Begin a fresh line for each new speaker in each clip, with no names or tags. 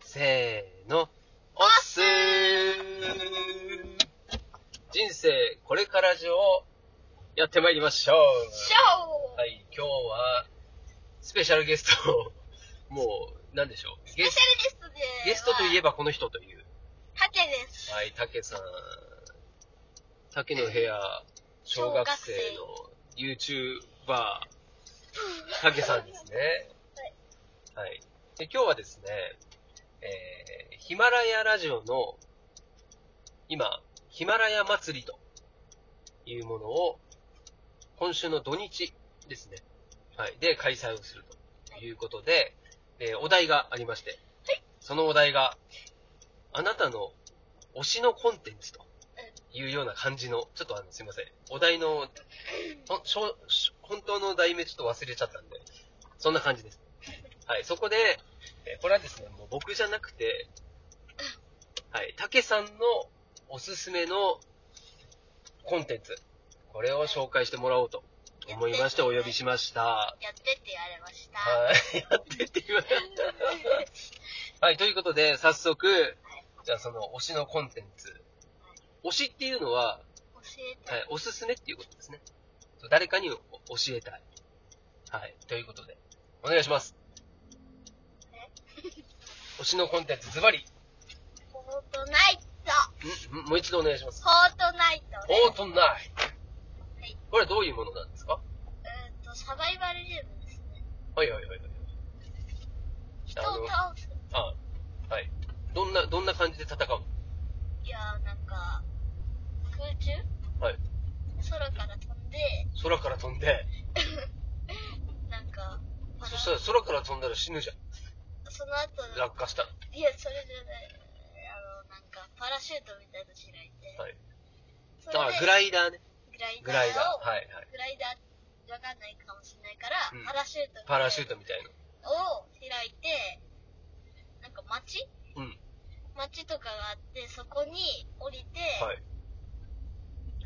せーの。おっすー人生これから上をやってまいりましょ
シ
う。
ョー、
はい、今日はスペシャルゲストを、もう、なんでしょう。
スペ
ゲ
シ
ス
ャルゲストで
ゲストといえ
ば、
ばこの人という。
タケです。
はい、竹さん。竹の部屋、小学生の YouTuber、竹さんですね。はい。で、今日はですね、えー、ヒマラヤラジオの、今、ヒマラヤ祭りというものを、今週の土日ですね。はい。で、開催をするということで、えーお題がありまして、そのお題が、あなたの推しのコンテンツというような感じの、ちょっとあの、すいません。お題の、ほんしょし本当の題名ちょっと忘れちゃったんで、そんな感じです。はい、そこで、えーこれはですね、もう僕じゃなくて、はい、竹さんのおすすめのコンテンツ、これを紹介してもらおうと思いましてお呼びしました。
やってって言われました。
はい、やってって言われた。はい、ということで、早速、じゃあその推しのコンテンツ。推しっていうのは、
教えて。
はい、おすすめっていうことですね。そう誰かにお教えたい。はい、ということで、お願いします。推しのコンテンツ、ズバリ。
フォートナイト。
んんもう一度お願いします。
フォートナイトね。
オートナイ
はい
ト。これはどういうものなんですか
うーんと、サバイバルゲームですね。
はいはいはいはい。
人
あ
を倒す。
の、あ、はい。どんな、どんな感じで戦うの
いやー、なんか、空中
はい。
空から飛んで、
空から飛んで、
なんか、パラ
そしたら空から飛んだら死ぬじゃん。
その後、
落下したら。
いや、それじゃない。あの、なんか、パラシュートみたいなの開いて。
はい。
それ
あ
で、
グライダーね。
グライ
グライダー。
ダーを、
はいはい。
グライダーわかんないかもしれないから、
うん
パラシュート
パラシュートみたい
を開いてなんか街
な。うん。
街とかがあってそこに降りて、
はい。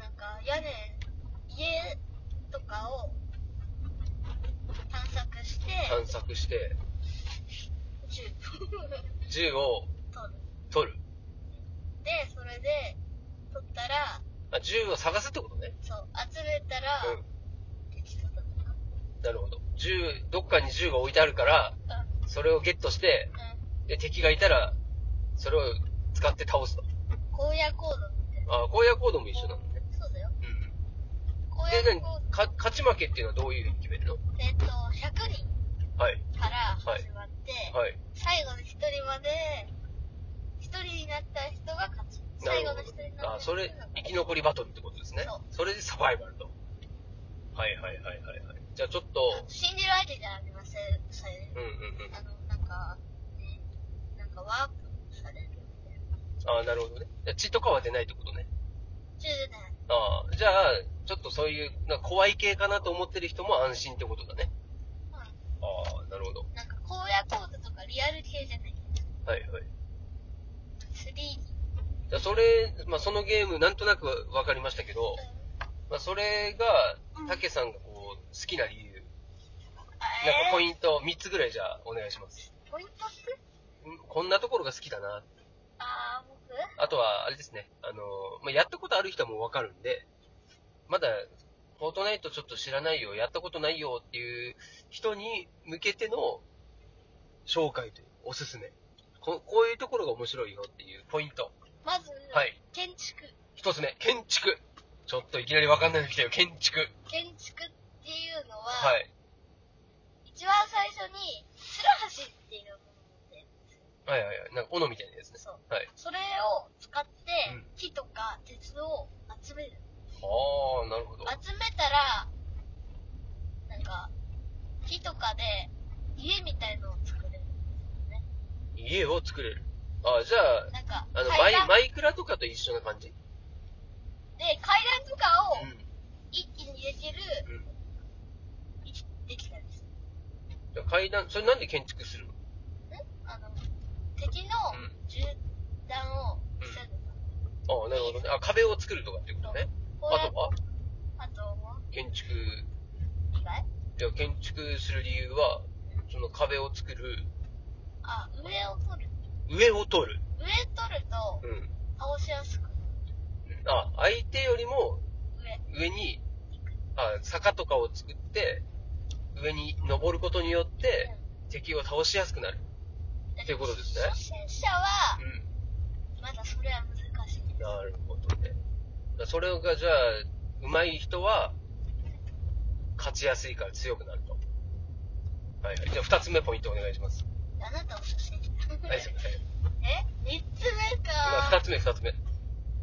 なんか屋根家とかを探索して
探索して、
銃
銃を
取る
取る。
でそれで取ったら
あ、銃を探すってことね。
そう集めたら、
う
敵だったか
ん。なるほど。銃、どっかに銃が置いてあるから、
なうん
それをゲットして、
う
で、敵がいたら、それを使って倒すと。
ん荒野行動みたいな
あ、荒野行動も一緒なのね。
そうだよ
うん。で、
荒
何
野行動
か、勝ち負けっていうのはどういうふうに決めるの
えっと100人
はい。
から始まって、
はい。
最後の一人まで一人になった人が勝ち
な
最
るほ
後
ど
の一人にな
あ、
った人
そ
が
れ、
勝
生
ち
き残りバトルってことですね
そ。
それでサバイバルと。はいはいはいはいはい。じゃあちょっと、
信じるわけじゃありませんそれ
うんうんうん。
あのなんかねなんかワープされるみたいな
あなるほどね。じゃあ血とかは出ないってことね。
中でね
ああ、じゃあ、ちょっとそういう、なんか怖い系かなと思ってる人も安心ってことだね。ああ、なるほど。
なんか荒野コードとかリアル系じゃない
はいはい。
3D
じゃあそれ、まあそのゲームなんとなくわかりましたけど、まあそれ
うん
が、たけさんがこう、好きな理由、なんかポ
ン
イント3つぐらいじゃあお願いします。
トポイントって
んこんなところが好きだな。
ああ僕
あとは、あれですね、あの、まあやったことある人はもうわかるんで、まだ、フォートナイトちょっと知らないよ、やったことないよっていう人に向けての紹介という、おすすめ。ここういうところが面白いよっていうポイント。
まず、
はい。
建築
一つ目、建築。ちょっといきなりわかんないの来たよ、建築。
建築っていうのは、
はい。
一番最初にツルハシっていうもので
はいはいはい。なんか、斧みたいなやつね。
そう
はい。
それを使って
うん
木とか鉄を集める。
ああ、なるほど。はい
集めたら、なんか、木とかで家みたいのを作れるんですよね。
家を作れる。ああ、じゃあ、
なんか、
あの、マ
階
イ、
段
マイクラとかと一緒な感じ
で、階段とか
う
を
ん。
一気にできる、
うん
できたりする。
じゃあ階段、それなんで建築するの
あの、敵の
うん
銃弾を防ぐ。
ああ、なるほどね。あ、壁を作るとかっていうことね。あ
こうやっ
とは
あとは、
建築、
以外
いや、建築する理由は、その壁を作る、
あ、上を取る。
上を取る。
上取ると
うん。
倒しやすく
あ、相手よりも
上
上に、あ、坂とかを作って、上に登ることによって、敵を倒しやすくなる。ってことですね
初心者は
うん。
まだそれは難しいです
なるほどね。だそれがじゃあ、上手い人は、勝ちやすいから強くなると。はいはい。じゃあ、二つ目ポイントお願いします。
あなたお初心者
はい、すいません。
え三つ目
今、
か
二つ目、二つ目。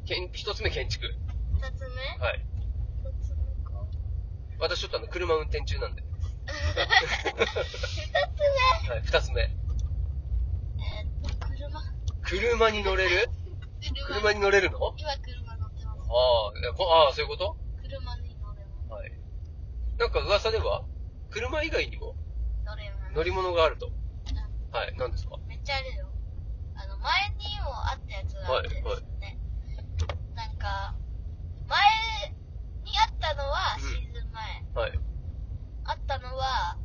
けん一つ目建築。
二つ目
はい。
一つ目か
私ちょっとあの、車運転中なんで。
二つ目
はい、二つ目。
えーっと車
車に乗れる車に乗れるのあ
今車乗ってます
あ、えこああ、そういうこ
車に乗れま
とはい。なんか噂では、車以外にも
す乗れます
乗り物があると。はい、何ですか
めっちゃあるよあの前にもあったやつがあってですね、なんか前にあったのは
うん
シーズン前、
はい。
あったのは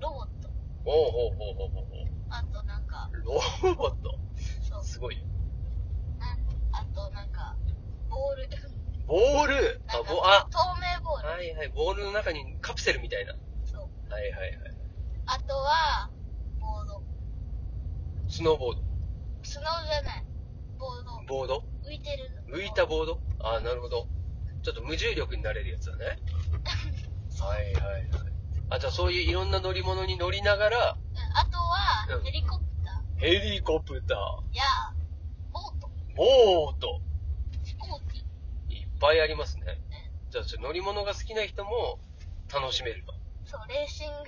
ロボット
おうほうほうほうほうほう。
あとなんか
ロボット
そう
すごいよ。
なんあとなんかボール
ボール
な
あ
ん、
ぼ、あ
か、透明ボール、
はいはい、ボールの中にカプセルみたいな。は
そう
いはいはい。
あとはボード
スノーボード。
スノーじゃないボード
ボード
浮いてる
浮いたボードあーなるほど。ちょっと無重力になれるやつだね。はいはいはい。あ、じゃあそういういろんな乗り物に乗りながら、
うんあとは
うん
ヘリコプタ
ヘリコプター、
ーやボート
ボート、
飛行機
いっぱいありますね。じゃあちょ乗り物が好きな人も楽しめると。
そう、レーシングも、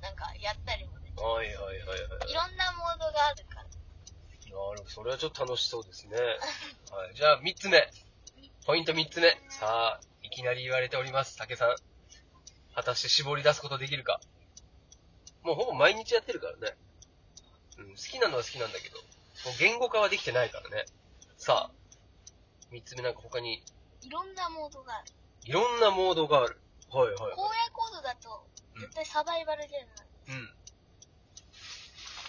なんか、やったりもできる。
はいはいはいはい。
いろんなモードがあるから。
なるほど。それはちょっと楽しそうです ね。はい。じゃあ、三つ目。ポイント三つ目。さあ、いきなり言われております、竹さん。果たして絞り出すことできるか。もうほぼ毎日やってるからね。うん、好きなのは好きなんだけど、もう言語化はできてないからね。さあ、三つ目なんか他に、
いろんなモードがある。
いろんなモードがある。はいはい
荒野コードだと、絶対サバイバルゲームなんで。
うん。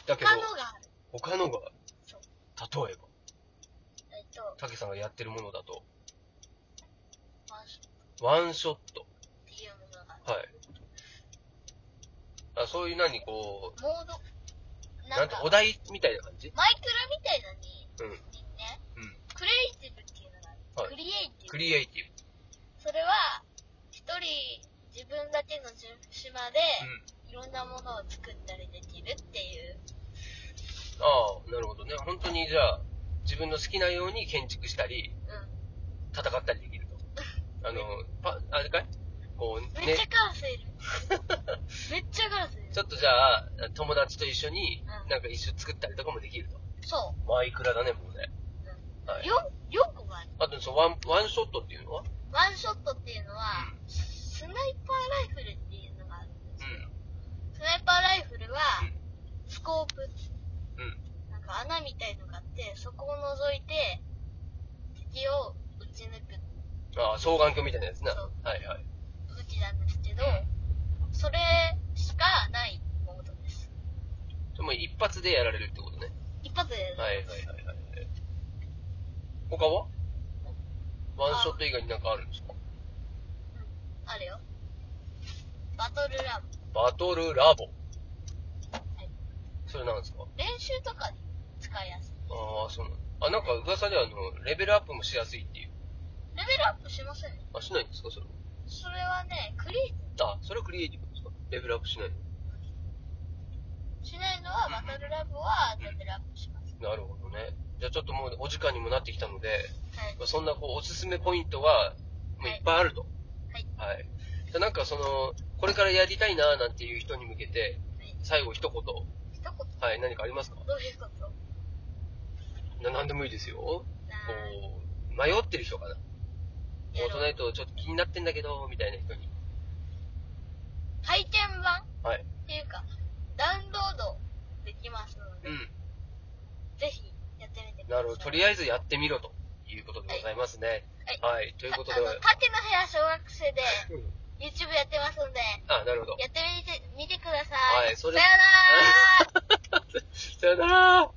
だけど
他、のがある。
他のが
そう、
例えば、
えっと、
竹さんがやってるものだと、
マンション
ワンショット。
っていうものがある。
はい。あそういう何こ
モード。
う、
な
なんんて
か、
お題みたいな感じ
マイクラみたいなのに、
うん。
にね、
うん。
クリエイティブっていうのがある。
はい
クリエイティ
ク
ブ。
リエイティ
それは、一人、自分だけの島で、
ブ。うん。
いろんなものを作ったりできるっていう。
ああ、なるほどね。本当にじゃあ、自分の好きなように建築したり、
うん。
戦ったりできる と。あの、パ、あれかいこう、
めっ
ね
ちゃ、カラスいる。 めっちゃガラスいる
ちょっとじゃあ、友達と一緒に
うん、
なんか一緒に作ったりとかもできると。
そ
マイクラだね、もうね。
う。
はい。
よ、よくは
あと、そのワン、ワンショットっていうのは
ワンショットっていうのは、
う
スナイパーライフルっていうのがあるんですよ。
う
スナイパーライフルは
うん、
スコープ、
ん。うん。
なんか穴みたいのがあって、そこを覗いて、敵を撃ち抜く
ああ、双眼鏡みたいなやつな。
そう
はいはい。
武器なんですけど、それしかないモードです。
でも一発でやられるってことね。
一発でやる。
はいはいはいはい。他はワンショット以外になんかあるんですか
あるよ。バトルラブ。
バトルラボ
い。
それなんですか
練習とかに使いやすい。
ああ、そうなんあ、なんか噂ではあの、レベルアップもしやすいっていう。
レベルアップしませんね。
あ、しないんですかそれ
それはね、クリエイティ
あ、それはクリエイティブですかレベルアップしない
ブしないのは、バトルラブはレベルアップします。
のなるほどね。じゃあちょっともうお時間にもなってきたので、
はい
ま。あそんなこう、おすすめポイントが、もういっぱいあると。
はい。
はい。じゃあなんかその、これからやりたいなーなんていう人に向けて
はい、
最後一言、
一言、
はい、何かありますか
どういうこと
な何でもいいですよ。こ
な
う、迷ってる人かな。
や
オ
ろ
ートナイトちょっと気になってんだけど、みたいな人に。
体験版
はい。
っていうか、ダウンロードできますので、
う
ぜひやってみてく
ん。
だ
な
さ。
いるほど。と
あ
りあえずやってみろということでございますね。はい。ということで。
あの、竹の部屋小学生で
うん
YouTube やってますので、
あ、なるほど。
やってみて、見てください。
はいそれ
さよなら
さだな